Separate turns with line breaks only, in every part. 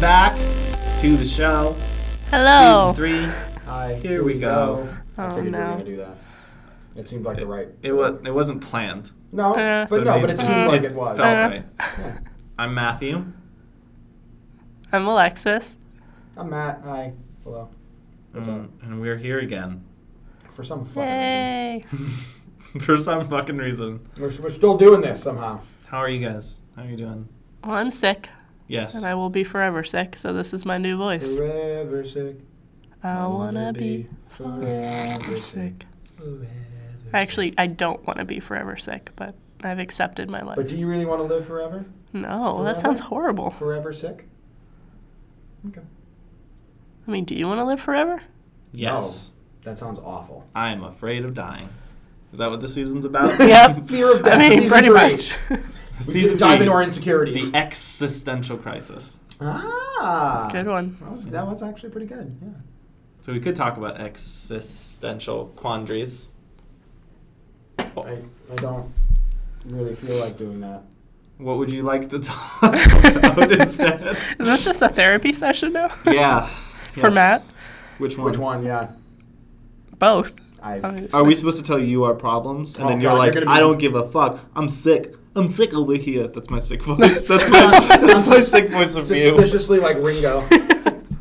back to the show. Season
Hello.
three.
Hi.
Here we go.
I
Oh,
figured we
no.
were gonna do that. It seemed like the right. Mm-hmm.
It was. It wasn't planned.
No,
Uh,
but no, but it seemed like it was.
Felt
Uh.
right. I'm Matthew.
I'm Alexis.
I'm Matt. Hi. Hello. What's
Mm, And we're here again.
up? For some fucking
Yay.
For some fucking reason.
reason, we're, we're still doing this somehow.
How are you guys? How are you doing?
Well, I'm sick,
Yes.
and I will be forever sick, so this is my new voice.
Forever sick.
I wanna be
forever
sick.
Forever.
Actually, I don't wanna be forever sick, but I've accepted my life.
But do you really want to live forever?
no,
Forever?
that sounds horrible.
Forever sick. Okay.
I mean, do you wanna live forever?
yes.
That sounds awful.
I'm afraid of dying. Is that what the season's about?
Yep.
Fear of death.
I mean,
season
pretty
three.
much.
We
Season
can dive
three.
into our insecurities.
The existential crisis.
ah.
Good one.
That was, that was actually pretty good. Yeah.
So we could talk about existential quandaries.
I, I don't really feel like doing that.
What would you like to talk about instead?
Is this just a therapy session now?
Yeah.
For
Yes.
Matt?
Which one?
Which one? Yeah.
Both.
I.
obviously.
Are we supposed to tell you our problems? And
Oh,
then you're
God,
like,
you're gonna be-
I don't give a fuck. I'm sick. I'm sick over here. That's my sick voice. That's my,
Sounds-
that's my sick voice of you.
Suspiciously like Ringo.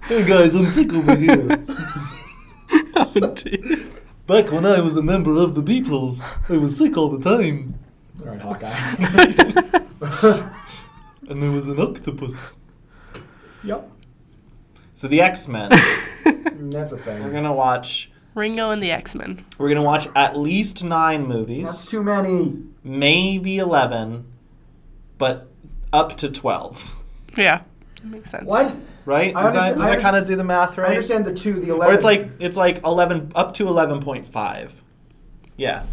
Hey guys, I'm sick over here.
Oh, jeez.
Back when I was a member of the Beatles, I was sick all the time.
All right, Hawkeye.
And there was an octopus.
yep.
So the X Men.
Mm, That's a
we're
thing.
gonna watch.
Ringo and the X-Men.
We're gonna watch at least nine movies.
That's too many.
maybe 11 but up to 12
Yeah, that makes sense.
What?
right
I
does that, does
understand- I
that
understand-
kind of do the math right
I understand the two, the
or
eleven.
it's like it's like 11 up to 11.5 yeah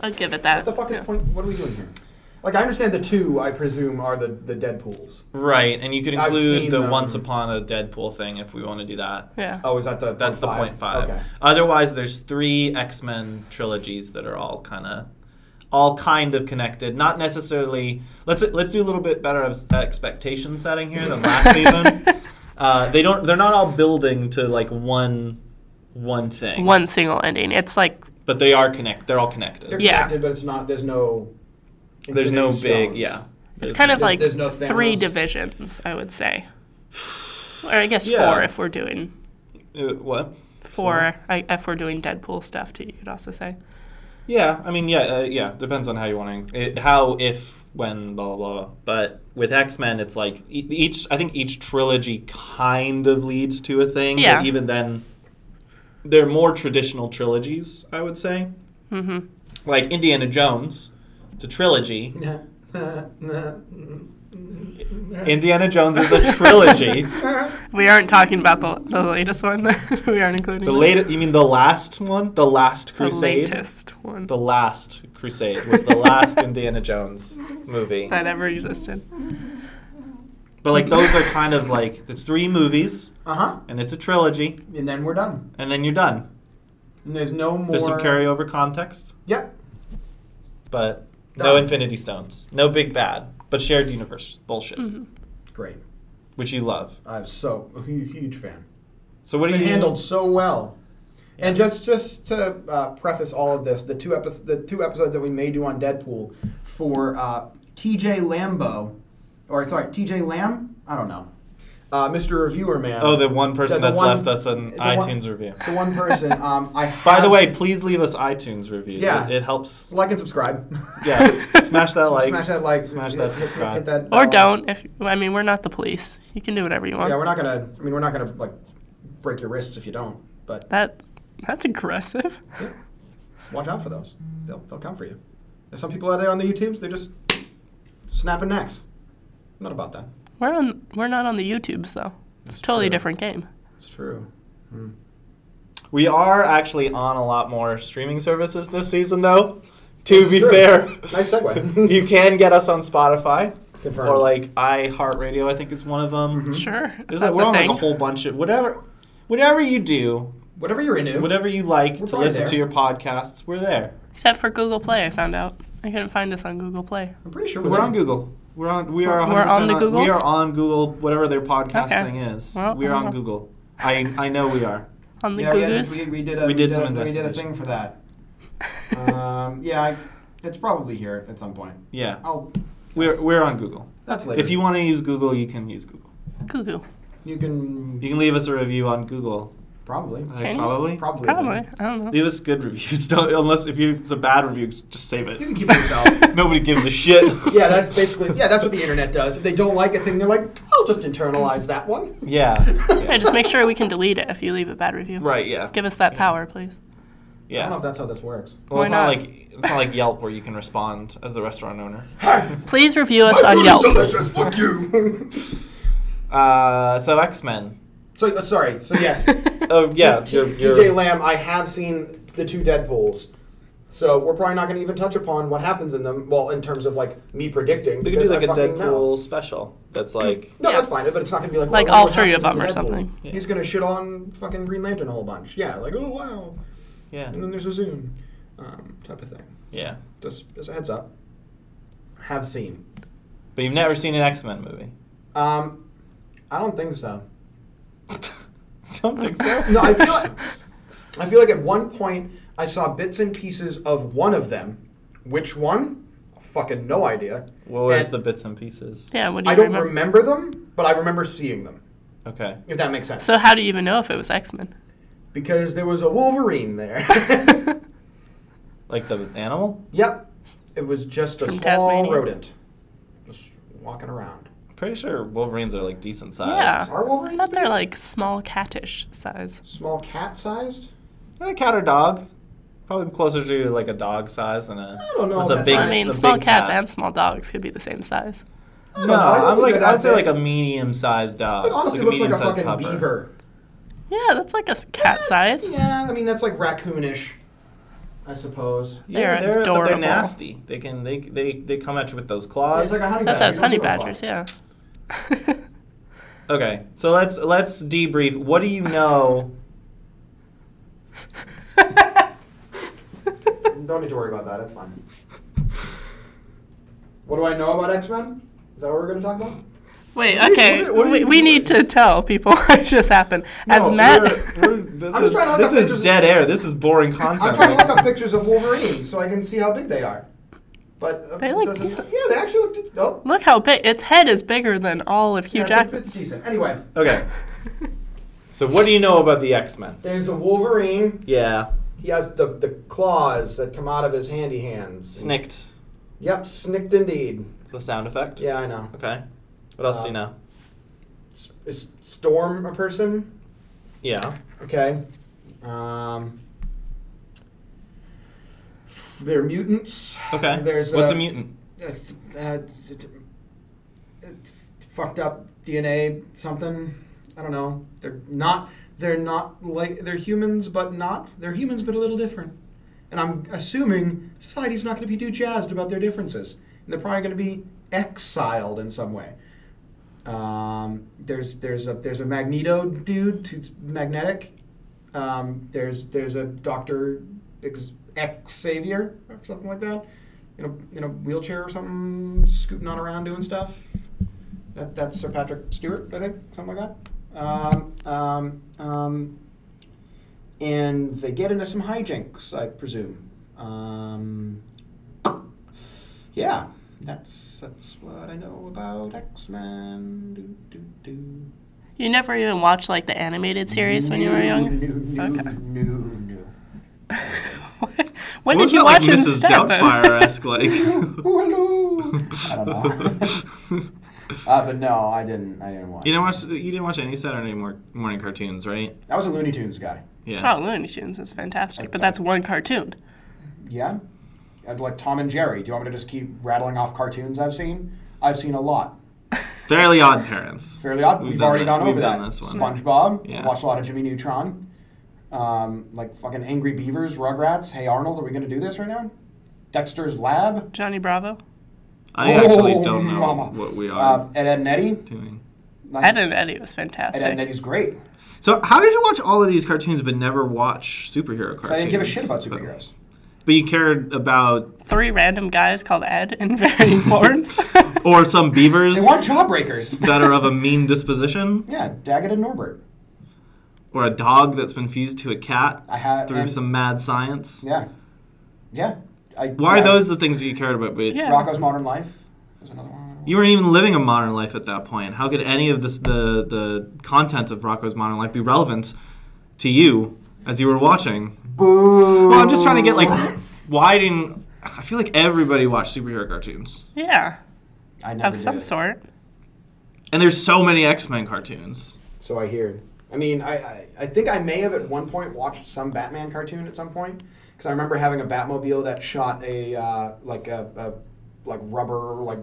I'd give it that.
what the fuck is
Yeah.
point? What are we doing here? Like I understand the two. I presume are the the Deadpool's.
right and you could
I've
include
seen
the
them.
once upon a deadpool thing if we want to do that
Yeah.
Oh, is that the?
that's the point five
Okay.
otherwise there's three x-men trilogies that are all kind of all kind of connected not necessarily let's let's do a little bit better of expectation setting here than last season Uh, they don't. They're not all building to like one, one thing.
One single ending. It's like
But they are connect. They're all connected.
They're
Yeah.
connected, but it's not. There's no.
There's no
Infinity
big.
Stones.
Yeah.
it's kind of
there's-
like
there's no Thanos.
three divisions, I would say. Or I guess
Yeah.
four if we're doing
Uh, what?
four. I, if we're doing Deadpool stuff too, you could also say.
Yeah. I mean, yeah. Uh, yeah. Depends on how you want to. It, how, if, when, blah blah blah. But with X Men, it's like e- each. I think each trilogy kind of leads to a thing. but
Yeah.
even then, they're more traditional trilogies. I would say.
Mm-hmm.
Like Indiana Jones, it's a trilogy. Indiana Jones is a trilogy.
We aren't talking about the, the latest one. we aren't including
The late, you mean the last one? The last
the
crusade?
latest one
The last crusade was the last Indiana Jones movie.
that ever existed.
But like those are kind of like it's three movies
Uh huh.
and it's a trilogy
And then we're done.
and then you're done.
And there's no more.
There's some carryover context,
Yep.
but no
Done.
Infinity Stones, no big bad, but shared universe bullshit,
Mm-hmm.
Great.
which you love.
I'm so a hu- huge fan.
So what do
It
you
handled so well. And just just to uh, preface all of this, the two episodes the two episodes that we may do on Deadpool for uh, T.J. Lambo, or sorry, T.J. Lamb. I don't know, uh, Mr. Reviewer Man.
Oh, the one person
The- the
that's
one-
left us an
the one-
iTunes review.
The one person. Um, I.
By the
have-
way, please leave us iTunes reviews.
Yeah.
It, it helps.
like and subscribe.
Yeah, smash that like.
Smash that like.
Smash
hit-
that
hit- hit-
subscribe.
hit that
Or
bell.
don't. If I mean, we're not the police. You can do whatever you want.
Yeah, we're not gonna. I mean, we're not gonna like break your wrists if you don't. But
that that's aggressive.
yeah, watch out for those. They'll they'll come for you. There's some people out there on the YouTubes. They're just snapping necks. I'm not about that.
We're on. We're not on the YouTubes though. It's a totally
true. Mm-hmm.
different game.
It's true. Hmm.
We are actually on a lot more streaming services this season, though. To
It's
be
true.
fair,
Nice segue.
you can get us on Spotify
Confirmed. Mm-hmm.
or like iHeartRadio. I think is one of them.
Sure. if
There's like,
that's
we're
a
on
thing.
like a whole bunch of whatever, whatever you do,
Whatever you're into.
whatever you like
We're
to
probably
listen to
there.
your podcasts, we're there.
Except for Google Play, I found out. I couldn't find us on Google Play.
I'm pretty sure
We're on Google. We're on. We are. 100%
We're on the
We
Googles?
are on Google. Whatever their podcast
Okay.
thing is,
Well, uh-huh.
we're
I
on
don't know.
Google. I I know we are.
On the
yeah, we, had,
Googles.
we, we did a,
We
we
did
did,
some
a, thing- we did a
investigation.
thing for that. um, yeah, I, it's probably here at some point.
Yeah,
Oh,
we're
that's,
we're on Google.
that's later.
If you want to use Google, you can use Google.
Cuckoo.
you can
You can Uh, leave us a review on Google.
probably
I
Can you?
probably.
probably
Probably. I don't know.
Leave us good reviews. Don't unless if you, it's a bad review, just save
You
it.
can keep it yourself.
Nobody gives a shit.
yeah, that's basically yeah, that's what the internet does. If they don't like a thing, they're like, I'll just internalize that one.
Yeah.
Yeah,
yeah.
just make sure we can delete it if you leave a bad review.
Right. Yeah.
Give us that power, please.
I don't know
Yeah.
if that's how this works.
Well, it's
Why
not
not?
like it's not like Yelp where you can respond as the restaurant owner.
Please review us on Yelp.
Delicious, fuck you.
Uh, so X Men.
so uh, sorry. So yes, Um,
Oh yeah.
T-
you're- you're-
TJ Lamb. I have seen the two Deadpool's. So we're probably not going to even touch upon what happens in them. Well, in terms of like me predicting,
We could do
because
like
I
a
fucking
Deadpool
know.
special. That's like
No,
Yeah.
that's fine, but it's not going to be like
Like
well,
all
what
three of
happens in
them or
Deadpool?
something.
Yeah.
He's going to shit on fucking Green Lantern a whole bunch. Yeah, like oh wow,
yeah,
and then there's a Zoom um, type of thing. So
yeah.
Just, just a heads up. Have seen.
But you've never seen an X Men movie.
Um, I don't think so.
Don't think so.
No, I feel like, I feel like at one point I saw bits and pieces of one of them. Which one? Fucking no idea.
What was
And
the bits and pieces?
Yeah, what do you
I don't remember?
remember?
them, but I remember seeing them.
Okay.
If that makes sense.
So how do you even know if it was X Men?
because there was a Wolverine there.
Like the animal?
yep. It was just a
From
small
Tasmania.
rodent, just walking around.
I'm pretty sure Wolverines are like decent
yeah.
sized.
Are
I
Wolverines
thought they're
big?
like small catish size.
Small cat sized.
Yeah. A cat or dog? Probably closer to like a dog size than a.
I don't know
what's
if
a
that's
big,
right.
I mean,
a
small
big
cats
cat.
and small dogs could be the same size.
I don't
No,
know. I don't
I'm
think
like
they're that
I'd say like
big.
a medium sized dog.
It honestly looks like a
medium-sized
fucking
pupper.
beaver.
Yeah, that's like a s- cat size.
Yeah, I mean that's like raccoonish, I suppose.
Yeah,
They're
they're, but they're
adorable.
nasty. They can they they they come at you with those claws.
It's like a honey
I thought
badger.
that was honey
What the
badgers.
fuck?
Yeah.
okay, so let's let's debrief. What do you know?
Don't need to worry about that. It's fine. What do I know about X Men? Is that what we're going to talk about?
Wait.
What are you-
Okay.
what are- what are
we,
you
we need
doing?
to tell people what just happened. As
No,
Matt,
Oh, we're- we're- this
I'm just
is,
trying to look
this
up
is
pictures-
dead air. This is boring content.
I'm trying to look up pictures of Wolverines so I can see how big they are. But uh,
They look
doesn't-
decent.
Yeah, they actually look. de- Oh,
look how big its head is bigger than all of Hugh
yeah, it's, it's
Jackman's.
decent. Anyway,
okay. So what do you know about the X Men?
there's a Wolverine.
Yeah,
He has the, the claws that come out of his handy hands.
snicked.
Yep, snicked indeed.
It's the sound effect.
Yeah, Uh, I know.
Okay. What else do you know?
S- Is Storm a person?
Yeah.
Okay. Um, they're mutants.
Okay.
There's uh,
What's
a,
a mutant?
It's, uh, it's, it's, it's fucked up DNA something. I don't know. They're not. They're not like they're humans, but not. They're humans, but a little different. And I'm assuming society's not going to be too jazzed about their differences. And they're probably going to be exiled in some way. Um, there's there's a there's a Magneto dude who's magnetic. Um, there's there's a Doctor Ex- Xavier or something like that, in a in a wheelchair or something, scooting on around doing stuff. That, that's Sir Patrick Stewart, I think, something like that. Um, um, um, and they get into some hijinks, I presume. Um, yeah, that's that's what I know about X Men. Do, do, do.
You never even watched like the animated series when you were younger.
No, no,
Okay.
no, no.
Mm.
when
What
did
was
you
that,
watch
like, Mrs.
instead? then?
Doubtfire-esque, like?
Oh, Hello. I don't know. uh, but no, I didn't. I didn't watch.
you didn't watch. You didn't watch any Saturday mor- morning cartoons, right?
I was a Looney Tunes guy.
Yeah.
Oh, Looney Tunes is fantastic, but that's one cartoon.
Yeah, I'd like Tom and Jerry. Do you want me to just keep rattling off cartoons I've seen? I've seen a lot.
Oh.
Fairly Odd Parents.
Fairly Odd.
We've
We've,
done
already
that-
gone
we've
over
done
that.
this one.
SpongeBob.
Yeah.
I watched a lot of Jimmy Neutron. Um, like fucking Angry Beavers, Rugrats. Hey Arnold, are we going to do this right now? Dexter's Lab.
Johnny Bravo,
I actually
Oh,
don't know
mama.
what we are
Uh, Ed, Ed and Eddie.
doing.
Nice.
Ed and Eddie was
Ed,
fantastic.
Ed and Eddie's great.
So, how did you watch all of these cartoons but never watch superhero cartoons?
So I didn't give a shit about superheroes.
But you cared about
Three random guys called Ed in varying forms.
or some beavers
They weren't jawbreakers.
that are of a mean disposition,
yeah, Daggett and Norbert.
or a dog that's been fused to a cat
I had
through
and-
some mad science.
Yeah, yeah. I,
Why
yeah.
are those the things that you cared about? But
Yeah.
Rocco's Modern Life? There's another one.
you weren't even living a modern life at that point. How could any of this the the content of Rocco's modern life be relevant to you as you were watching?
Boo.
Well, I'm just trying to get like why didn't I feel like everybody watched superhero cartoons.
yeah,
I never
of some
did.
sort.
And there's so many X-Men cartoons.
So I hear. I mean, I, I, I think I may have at one point watched some Batman cartoon at some point because I remember having a Batmobile that shot a uh, like a, a like rubber like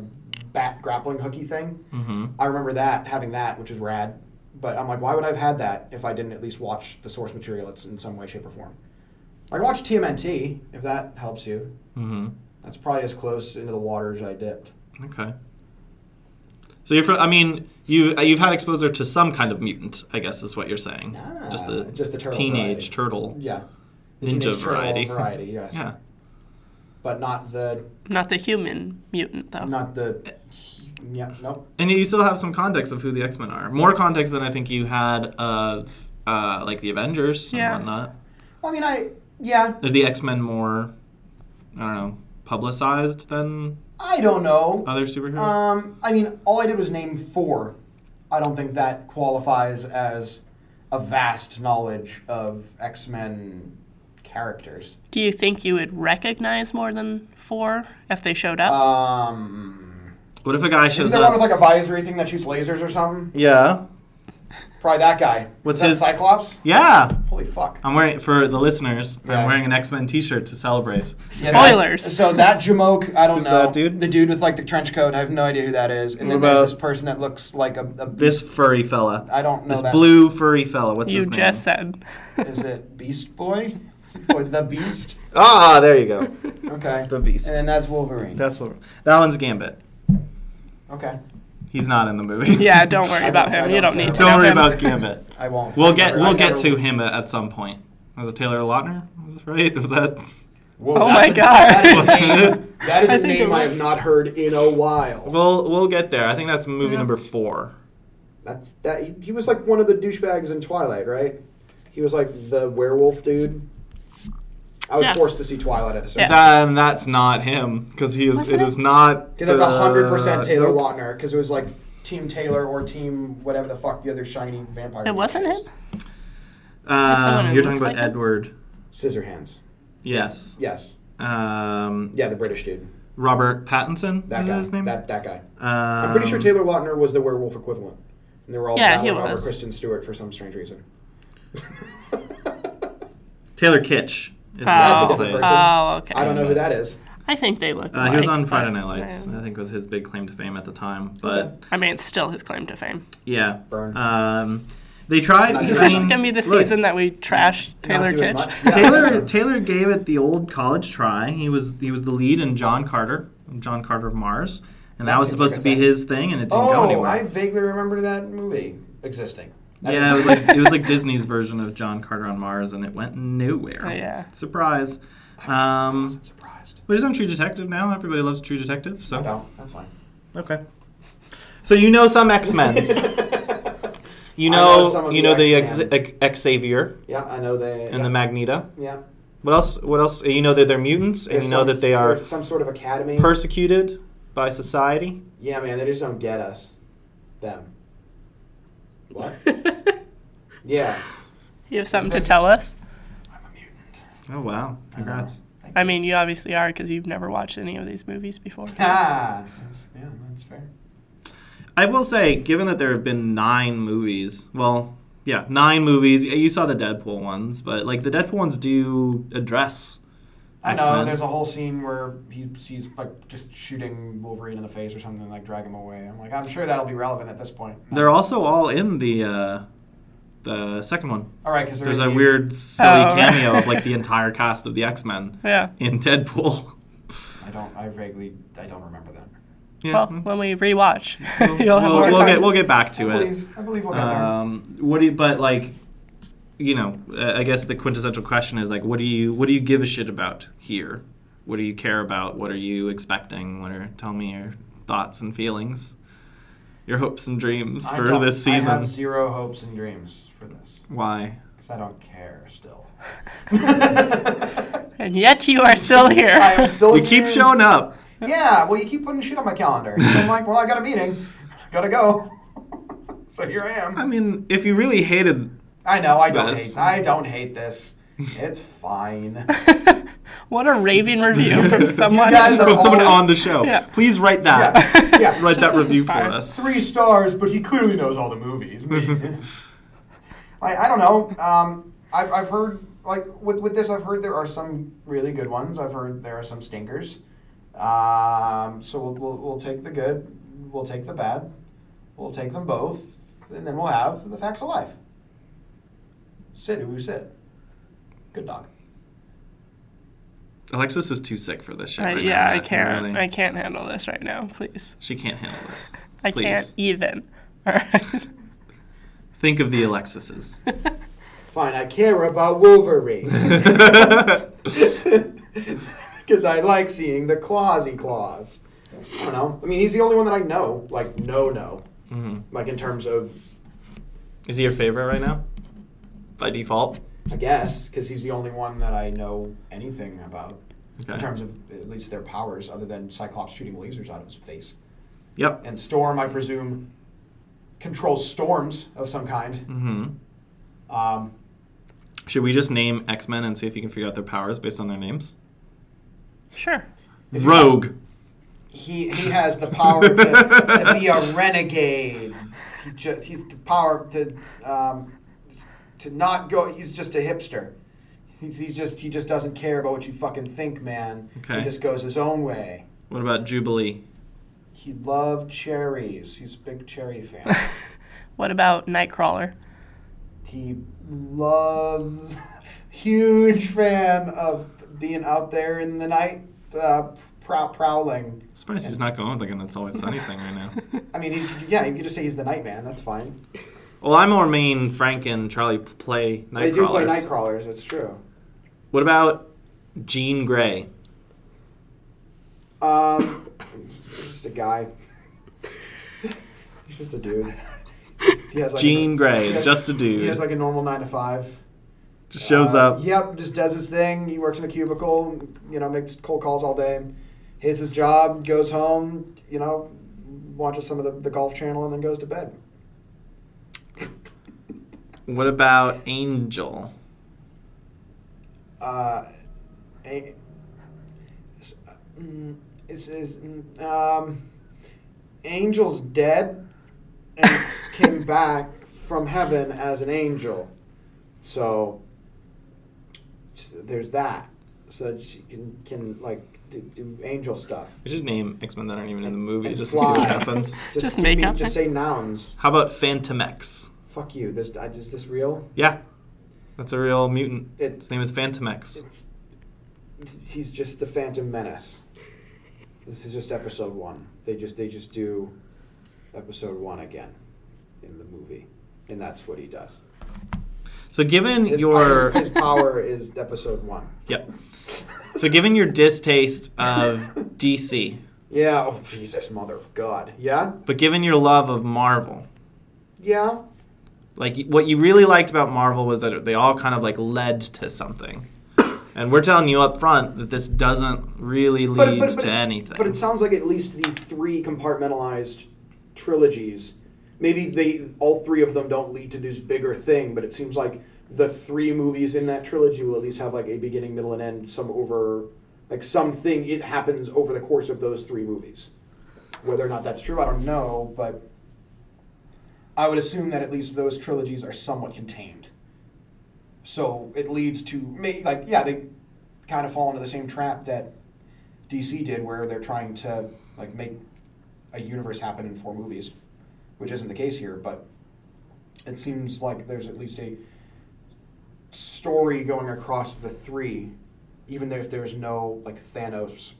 bat grappling hooky thing.
Mhm.
I remember that having that, which is rad. But I'm like, why would I have had that if I didn't at least watch the source material it's in some way, shape, or form? I watched TMNT if that helps you.
Mhm.
That's probably as close into the water as I dipped.
Okay. So you're from, I mean, you uh, you've had exposure to some kind of mutant, I guess is what you're saying.
Nah,
just the
Ah, just the turtle variety.
teenage turtle.
Yeah, the
Ninja
teenage turtle
variety.
variety, yes.
Yeah.
But not the
Not the human mutant though.
Not the. Yeah, nope.
And you still have some context of who the X-Men are. More context than I think you had of uh, like the Avengers and
Yeah.
whatnot.
I mean, I. Yeah,
Are the X-Men more I don't know, publicized than
I don't know.
other superheroes?
Um, I mean, all I did was name four. I don't think that qualifies as a vast knowledge of X Men characters.
Do you think you would recognize more than four if they showed
Uh,
up?
Um,
what if a guy
isn't
shows
there one with
up?
like a visory thing that shoots lasers or something?
Yeah.
Probably that guy.
What's
Is that
his-
Cyclops?
Yeah.
Holy fuck.
I'm wearing for the listeners,
Yeah.
I'm wearing an X-Men t-shirt to celebrate.
Yeah, that-
Spoilers.
so that Jamoke, I don't
Who's
know.
that dude?
The dude with like the trench coat. I have no idea who that is. And
What
then there's
about-
this person that looks like a, a
This furry fella.
I don't know
This
that.
blue furry fella. What's
you
his name?
just said.
Is it Beast Boy? Or the Beast?
Ah, there you go.
Okay.
The Beast.
And uh, then that's Wolverine.
That's what. That one's Gambit.
Okay.
He's not in the movie.
yeah, don't
I
worry about
don't- I
him. You
don't
don't
care.
need to.
Don't
know
worry
him.
about Gambit.
I won't.
We'll get
Never- I
we'll get
never-
to him at, at some point. Was it Taylor Lautner? Was it right? Was that?
Whoa,
Oh
that's
my
a-
God.
That is
Wasn't
a name,
it?
that is
I
a
think it
name I
was.
have not heard in a while.
We'll we'll get there. I think that's movie
Yeah.
number four.
That's that. He, he was like one of the douchebags in Twilight, right? He was like the werewolf dude. I was
Yes.
forced to see Twilight at a certain.
Yes.
Then that's not him because he is.
Wasn't
It
it?
is not.
Because that's hundred percent
uh,
Taylor
nope.
Lautner. Because it was like Team Taylor or Team whatever the fuck the other shiny vampire.
It wasn't
is.
him. someone
Um,
who
you're talking
looks
about
like him?
Edward.
Scissorhands.
Yes.
Yes.
Um,
Yeah, the British dude.
Robert Pattinson.
That
is
guy.
his name.
That that guy.
um,
I'm pretty sure Taylor Lautner was the werewolf equivalent. And they were all
Yeah, he
battling over
was.
Kristen Stewart for some strange reason.
Taylor Kitsch. is
That's a
his
different
name.
Oh,
person.
okay.
I don't know who that is.
I think they look.
Uh, he was
alike,
on Friday
but-
Night Lights.
yeah.
I think was his big claim to fame at the time. But
I mean, it's still his claim to fame.
yeah,
Burn.
Um, they tried.
Not
I
This
doing-
mean,
is just gonna be the
look,
season that we trash Taylor
Not doing
Kitsch.
much.
Taylor Taylor gave it the old college try. He was he was the lead in John Carter, John Carter of Mars, and that,
That
was
seems
supposed
like
to be
a thing.
his thing, and it didn't go
Oh,
anywhere.
I vaguely remember that movie existing. I
yeah, it was
didn't-
like it was like Disney's version of John Carter on Mars, and it went nowhere.
Oh, yeah.
surprise.
I
Um,
wasn't surprised.
but he's on True Detective now. Everybody loves True Detective.
I
So
don't. That's fine.
okay. So you know some X Men's. You
I
know,
know some of
you
the
know the ex-
X-Men.
ex- Xavier
yeah, I know they.
and
yeah,
the Magneta.
yeah.
What else? What else? You know that they're mutants, and
There's
you know
some-
that they are
there's some sort of academy.
persecuted by society.
yeah, man, they just don't get us. Them. What? yeah.
You have something to
Supposed-
tell us?
I'm a mutant.
Oh wow! Congrats.
I mean, you obviously are because you've never watched any of these movies before.
Ah, that's, yeah, that's fair.
I will say, given that there have been nine movies, well, yeah, nine movies. Yeah, You saw the Deadpool ones, but like the Deadpool ones do address.
I know.
X-Men.
There's a whole scene where he, he's like just shooting Wolverine in the face or something, and, like drag him away. I'm like, I'm sure that'll be relevant at this point.
They're also all in the uh, the second one.
all right, because
There's a weird, silly
Oh.
cameo of like the entire cast of the X Men
Yeah.
in Deadpool.
I don't. I vaguely. I don't remember that.
Yeah.
Well, when we rewatch, you'll have
we'll,
more.
we'll
back
get
to-
we'll get back to
I
it.
believe. I believe we'll get there.
Um, what do you? But like, you know, uh, I guess the quintessential question is like, what do you what do you give a shit about here? What do you care about? What are you expecting? What are tell me your thoughts and feelings, your hopes and dreams
I
for
don't-
this
I
season?
have zero hopes and dreams for this
Why?
because I don't care still.
And yet you are still
I
here.
am still.
You keep
here.
showing up.
Yeah, well, you keep putting shit on my calendar. So I'm like, well, I got a meeting, gotta go. so here I am.
I mean, if you really hated,
I know. I don't
Best.
hate. I don't hate this. It's fine.
what a raving review from someone.
guys are-
from someone
all-
on the show,
Yeah.
please write that.
Yeah. yeah.
Write that
This is
review for
fine.
us.
Three stars, but he clearly knows all the movies. Me. I, I don't know. Um, I've, I've heard like with with this, I've heard there are some really good ones. I've heard there are some stinkers. Um, so we'll, we'll we'll take the good, we'll take the bad, we'll take them both, and then we'll have the facts of life. Sit who sit. Good dog.
Alexis is too sick for this shit.
Uh,
right
yeah,
now,
I
Matt,
can't.
really.
I can't handle this right now. Please,
She can't handle this.
I
Please.
can't even. All right.
Think of the Alexises.
Fine, I care about Wolverine because I like seeing the clawsy claws. I don't know. I mean, he's the only one that I know. Like, no, no.
Mhm.
Like in terms of,
Is he your favorite right now? By default.
I guess, because he's the only one that I know anything about in
Okay.
terms of at least their powers, other than Cyclops shooting lasers out of his face.
Yep.
And Storm, I presume, controls storms of some kind.
hmm
Um,
Should we just name X Men and see if you can figure out their powers based on their names?
sure.
If you-
Rogue.
he he has the power to, to be a renegade. He ju- he's the power to um, to not go. He's just a hipster. He's, he's just he just doesn't care about what you fucking think, man.
Okay.
He just goes his own way.
What about Jubilee?
He loved cherries. He's a big cherry fan.
What about Nightcrawler?
he loves huge fan of being out there in the night, uh, prou- prowling.
Surprised he's not going with like an It's Always Sunny thing right now.
I mean, he's, yeah, you could just say he's the night man. That's fine.
Well, I'm more main Frank and Charlie p- play Nightcrawlers.
They do play night crawlers. It's true.
What about Jean Grey?
Um, he's just a guy. He's just a dude. He has like
Jean
a,
Grey,
he has-
just a dude.
He has like a normal nine to five.
just shows
Uh,
up.
Yep, just does his thing. He works in a cubicle. You know, makes cold calls all day. Hates his job. Goes home. You know, watches some of the, the golf channel and then goes to bed.
What about Angel?
Uh, a- s- mm, it's, it's, mm, um, Angel's dead and came back from heaven as an angel. So s- there's that. So she can, can like, do, do angel stuff.
We should name X Men that aren't even in the movie
And
just to see what
fly.
happens.
Just,
Just
give
make
me-
up-
Just say nouns.
How about Phantom X?
Fuck you. This, I, is this real?
Yeah, that's a real mutant.
It-
His name is Phantom X.
It's, he's just the Phantom Menace. This is just episode one. They just they just do episode one again in the movie, and that's what he does.
So given
His,
your
his, his power is episode one.
yep. So given your distaste of DC,
Yeah. Oh Jesus, mother of God. Yeah.
but given your love of Marvel,
Yeah.
like what you really liked about Marvel was that they all kind of like led to something. And we're telling you up front that this doesn't really lead to anything.
But it sounds like at least the three compartmentalized trilogies, maybe they all three of them don't lead to this bigger thing, but it seems like the three movies in that trilogy will at least have like a beginning, middle, and end, some over like something it happens over the course of those three movies. Whether or not that's true, I don't know, but I would assume that at least those trilogies are somewhat contained. So it leads to may- like yeah, they kind of fall into the same trap that DC did, where they're trying to like make a universe happen in four movies, which isn't the case here. But it seems like there's at least a story going across the three, even if there's no like Thanos,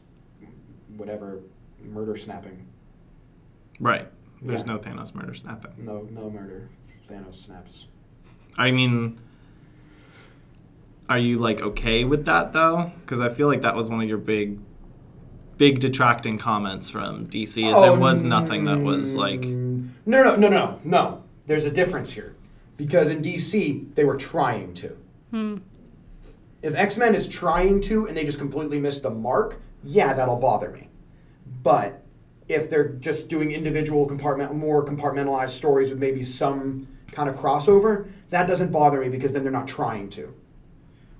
whatever murder snapping,
right. There's
Yeah.
no Thanos murder snapping.
no no murder, Thanos snaps.
I mean, Are you like okay with that though? Because I feel like that was one of your big, big detracting comments from DC. Is there was nothing that was like
Oh, mm, No, no, no, no, no. There's a difference here. Because in DC, they were trying to. If X Men is trying to and they just completely miss the mark, yeah, that'll bother me. But if they're just doing individual compartment, more compartmentalized stories with maybe some kind of crossover, that doesn't bother me because then they're not trying to.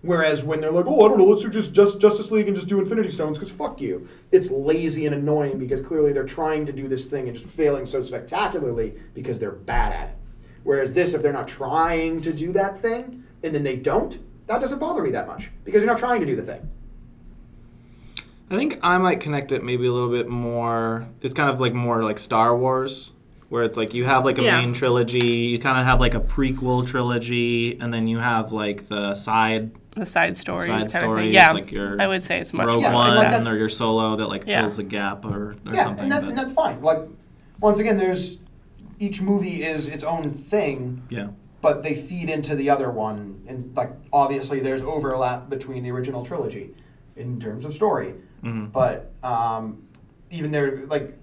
Whereas when they're like, oh, I don't know, let's do just, just Justice League and just do Infinity Stones because fuck you. It's lazy and annoying because clearly they're trying to do this thing and just failing so spectacularly because they're bad at it. Whereas this, if they're not trying to do that thing and then they don't, that doesn't bother me that much because you're not trying to do the thing.
I think I might connect it maybe a little bit more. It's kind of like more like Star Wars, where it's like you have like a
Yeah.
main trilogy, you kind of have like a prequel trilogy, and then you have like the side
The side stories
side
kind of
stories,
thing. Yeah,
like your
I would say it's much
Rogue
more
Yeah,
One
and like that-
or your solo that like
Yeah.
fills a gap or, or
yeah,
something.
and, that,
but-
and that's fine. Like, once again, there's each movie is its own thing,
yeah.
but they feed into the other one and like obviously there's overlap between the original trilogy in terms of story but um, even there like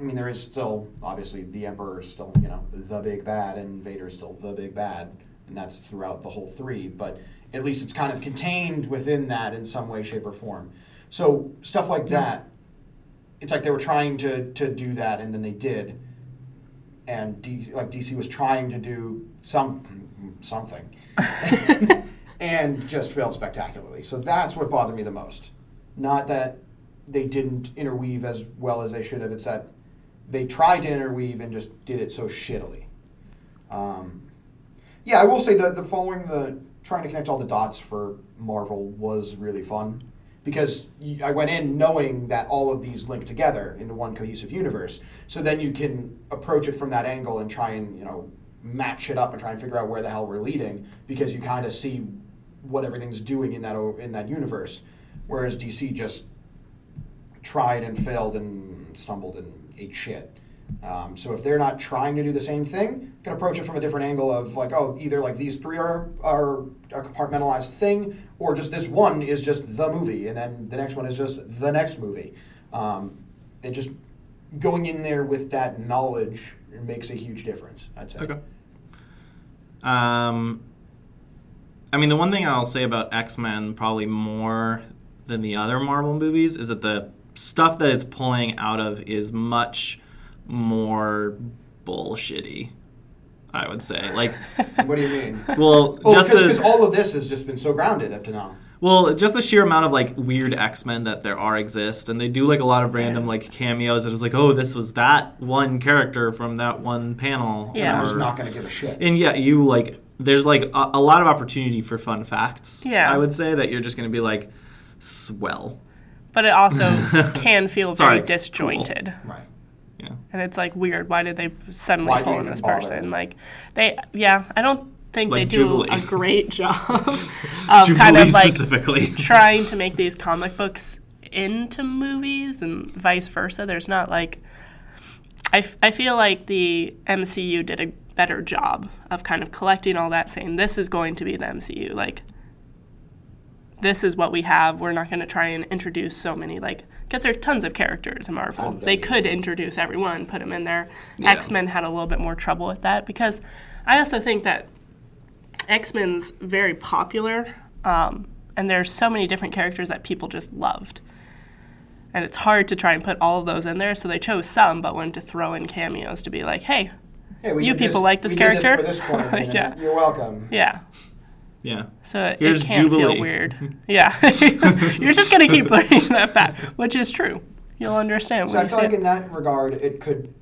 i mean there is still obviously the emperor is still you know the big bad and vader is still the big bad and that's throughout the whole three but at least it's kind of contained within that in some way shape or form so stuff like that it's like they were trying to to do that and then they did and D, like DC was trying to do some something and just failed spectacularly. So that's what bothered me the most. Not that they didn't interweave as well as they should have. It's that they tried to interweave and just did it so shittily. Um, yeah, I will say that the following the trying to connect all the dots for Marvel was really fun because y- I went in knowing that all of these link together into one cohesive universe. So then you can approach it from that angle and try and you know match it up and try and figure out where the hell we're leading because you kind of see what everything's doing in that o- in that universe. Whereas DC just tried and failed and stumbled and ate shit. Um, so if they're not trying to do the same thing, can approach it from a different angle of like, oh, either like these three are are a compartmentalized thing, or just this one is just the movie, and then the next one is just the next movie. Um, it just going in there with that knowledge it makes a huge difference. I'd say.
Okay. Um, I mean, the one thing I'll say about X Men probably more than the other Marvel movies is that the stuff that it's pulling out of is much more bullshitty. I would say, like,
What do you mean?
well,
Oh,
just
because 'cause
the,
all of this has just been so grounded up to now.
well, just the sheer amount of like weird X Men that there are exist, and they do like a lot of random like cameos. It's just like, oh, this was that one character from that one panel.
Yeah.
I'm just
or-
not going to give a shit.
and yeah, you like there's like a, a lot of opportunity for fun facts.
Yeah.
I would say that you're just gonna be like, swell.
But it also can feel
Sorry,
very
cool.
disjointed.
Right.
Yeah.
And it's like weird. Why did they suddenly
Why do
pull
you
in
even
this
bother?
person? Like they, yeah. I don't think
Like
they do
Jubilee.
a great job of Oh, kind
Jubilee
of like
specifically.
trying to make these comic books into movies and vice versa. There's not like I, f- I feel like the MCU did a better job of kind of collecting all that, saying this is going to be the MCU. Like this is what we have. We're not going to try and introduce so many like because there's tons of characters in Marvel. They could introduce everyone, put them in there. X Men had a little bit more trouble with that because I also think that X Men's very popular, um, and there's so many different characters that people just loved. And it's hard to try and put all of those in there, so they chose some, but wanted to throw in cameos to be like, hey,
Hey, we
You
did
people like this
we did
character?
for this corner,
Like,
and
yeah.
You're welcome.
yeah.
Yeah.
So it-
Here's
it can
Jubilee.
feel weird. Yeah. You're just going to keep learning that fact, which is true. You'll understand
So
when
I
you
feel
see
like
it.
in that regard, it could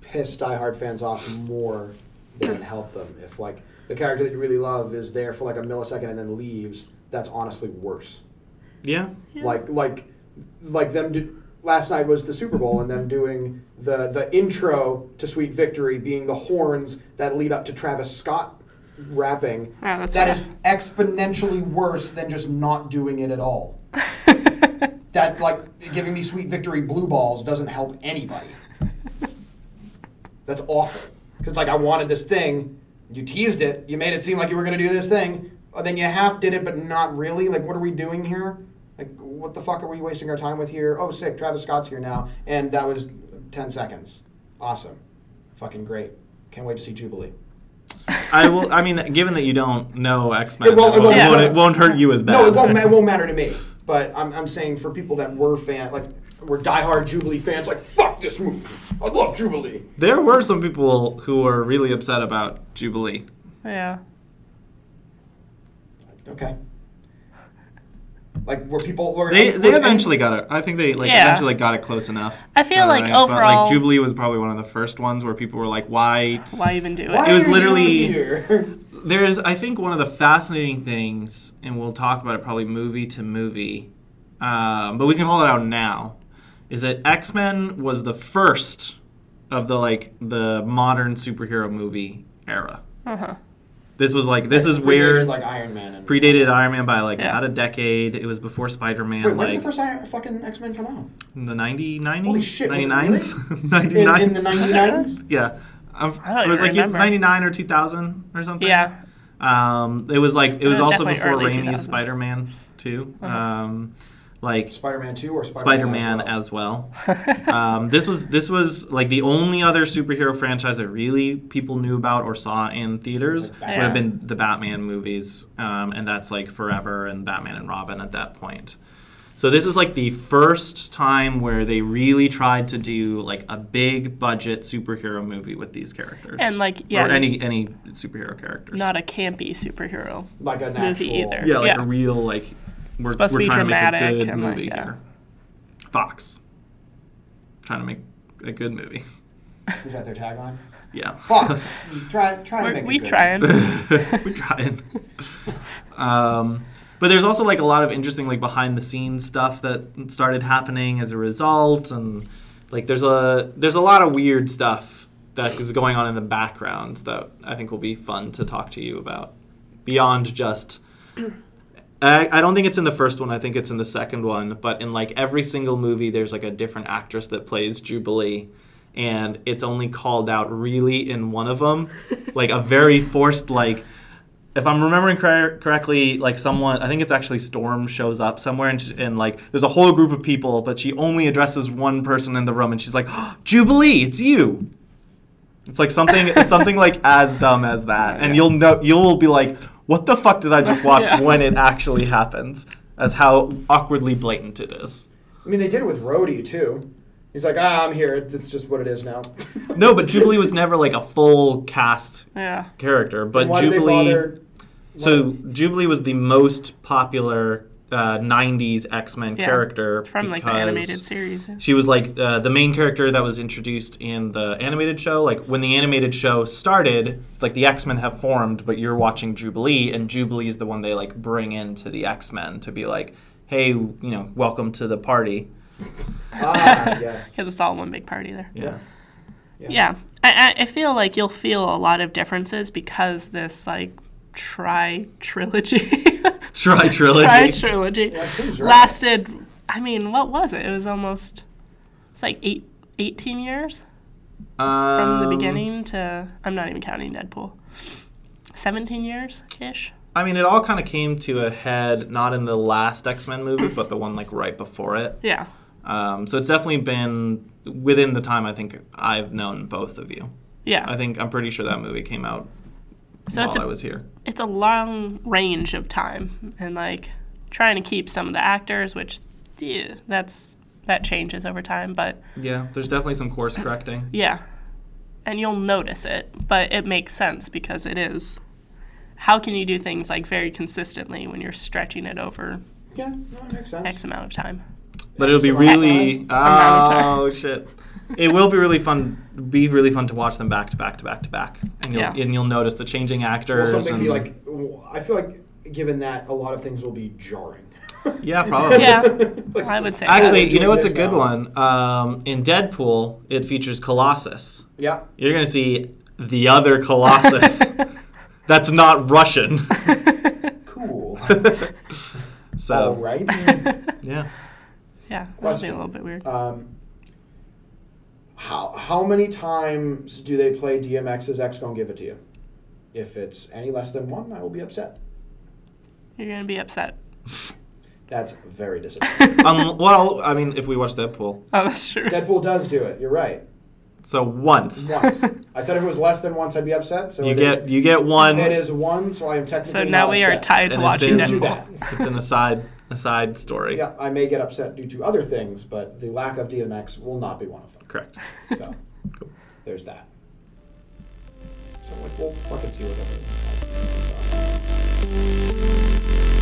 piss diehard fans off more than help them. If like the character that you really love is there for like a millisecond and then leaves, that's honestly worse.
Yeah.
Like like like them. Do, last night was the Super Bowl and them doing the the intro to Sweet Victory being the horns that lead up to Travis Scott rapping.
Yeah, that's
that
rough.
is exponentially worse than just not doing it at all. that like giving me sweet victory blue balls doesn't help anybody. That's awful. Because like I wanted this thing, you teased it, you made it seem like you were going to do this thing. oh, then you half did it, but not really. Like, what are we doing here? Like, what the fuck are we wasting our time with here? Oh, sick. Travis Scott's here now, and that was ten seconds. Awesome, fucking great. Can't wait to see Jubilee.
I will. I mean, given that you don't know X Men,
It won't- it won't-
Yeah.
it won't hurt you as bad.
No, it won't. ma- It won't matter to me. But I'm, I'm saying for people that were fan, like were diehard Jubilee fans, like fuck this movie. I love Jubilee.
There were some people who were really upset about Jubilee.
Yeah.
Okay. Like were people were
They
was
they
any-
eventually got it. I think they like
Yeah.
eventually got it close enough.
I feel
Uh,
like
but,
overall-
like Jubilee was probably one of the first ones where people were like, "Why
Why even do it?
Why
it was
are you
literally-
here?
there's i think one of the fascinating things and we'll talk about it probably movie to movie um, but we can call it out now is that x-men was the first of the like the modern superhero movie era
Uh-huh.
this was like this is
Predated,
where
like Iron Man. And,
predated iron man by like
Yeah.
about a decade it was before spider-man
wait, when
like
did the first Iron, fucking X Men come out?
in the 90 90s
Holy shit, was it
99s
In, in the
99s
99s?
yeah I'm-
I don't
it was
even
like
remember.
99 or 2000 or something
Yeah.
Um, it was like it was,
was
also
definitely
before
early Uh-huh.
Raimi's
2000s.
Spider-Man too. Um, like
Spider Man Two or Spider
Spider-Man as well. um, this was this was like the only other superhero franchise that really people knew about or saw in theaters
Like
would
Batman.
have been the Batman movies, um, and that's like forever and Batman and Robin at that point. So this is like the first time where they really tried to do like a big budget superhero movie with these characters,
And, like, yeah.
or any any superhero characters.
Not a campy superhero.
like an
Movie
actual-
either.
Yeah, like
Yeah.
a real like we're,
supposed to
we're
be
trying to
dramatic
make a good
and, like,
movie
yeah.
here. Fox. Trying to make a good movie.
Is that their tagline?
Yeah.
Fox, try try and
We're,
make it
we
good.
trying.
we trying. um, but there's also like a lot of interesting like behind the scenes stuff that started happening as a result, and like there's a there's a lot of weird stuff that is going on in the background that I think will be fun to talk to you about beyond just. I, I don't think it's in the first one. I think it's in the second one. But in like every single movie, there's like a different actress that plays Jubilee, and it's only called out really in one of them, like a very forced like. If I'm remembering cor- correctly, like someone, I think it's actually Storm shows up somewhere, and, sh and like there's a whole group of people, but she only addresses one person in the room, and she's like, "Oh, "Jubilee, it's you." It's like something. It's something like as dumb as that, and you'll know. You'll be like, "What the fuck did I just watch?"
Yeah.
When it actually happens, as how awkwardly blatant it is.
I mean, they did it with Rhodey too. He's like, ah, I'm here. It's just what it is now.
No, but Jubilee was never like a full cast
yeah.
character. But
Why did they
Jubilee.
bother?
so Jubilee was the most popular uh, '90s X-Men
Yeah.
character
From like the
because
animated series. yeah.
She was like uh, the main character that was introduced in the animated show. Like when the animated show started, it's like the X Men have formed, but you're watching Jubilee, and Jubilee is the one they like bring into the X Men to be like, hey, you know, welcome to the party.
Ah, yes.
Because it's all one big party there.
Yeah.
Yeah, I, I, I feel like you'll feel a lot of differences because this like tri trilogy,
Try trilogy.
tri trilogy
That seems right.
lasted. I mean, what was it? It was almost it's like eight, 18 years from the
Um,
beginning to I'm not even counting Deadpool. Seventeen years ish.
I mean, it all kind of came to a head, not in the last X Men movie, but the one like right before it.
Yeah,
Um, so it's definitely been within the time I think I've known both of you.
yeah.
I think I'm pretty sure that movie came out
so
while
it's
I
a
was here.
it's a long range of time and like trying to keep some of the actors, which yeah, that's that changes over time, but.
Yeah, there's definitely some course correcting.
Yeah. And you'll notice it, but it makes sense because it is. How can you do things like very consistently when you're stretching it over
Yeah, no, that makes sense.
X amount of time?
But it'll be
So
really
X
oh
amount
shit. It will be really fun. Be really fun to watch them back to back to back to back, and you'll
Yeah.
and you'll notice the changing
Will
actors.
something
and,
be like? I feel like given that a lot of things will be jarring.
Yeah, probably.
Yeah.
Like,
I would say.
Actually,
we're
you know
doing
what's a
this
good
now.
one? Um, in Deadpool, it features Colossus.
yeah.
You're gonna see the other Colossus. That's not Russian.
Cool.
So
All Oh, right.
yeah,
yeah, that'll be a
Question.
little bit weird.
Um, how how many times do they play DMX's "X Gonna Give It to You"? If it's any less than one, I will be upset.
You're gonna be upset.
That's very disappointing.
um, well, I mean, if we watch Deadpool,
Oh, that's true.
Deadpool does do it. You're right.
so once
Once. I said if it was less than once, I'd be upset. So
you
it
get
is-
you get one,
it is one, so I am technically.
So now
not
we are
upset.
tied to
and it's
watching
in,
Do
Deadpool.
that.
it's an aside aside story.
Yeah, I may get upset due to other things, but the lack of DMX will not be one of them.
Correct.
So there's that. So like, we'll fucking see whatever. comes up.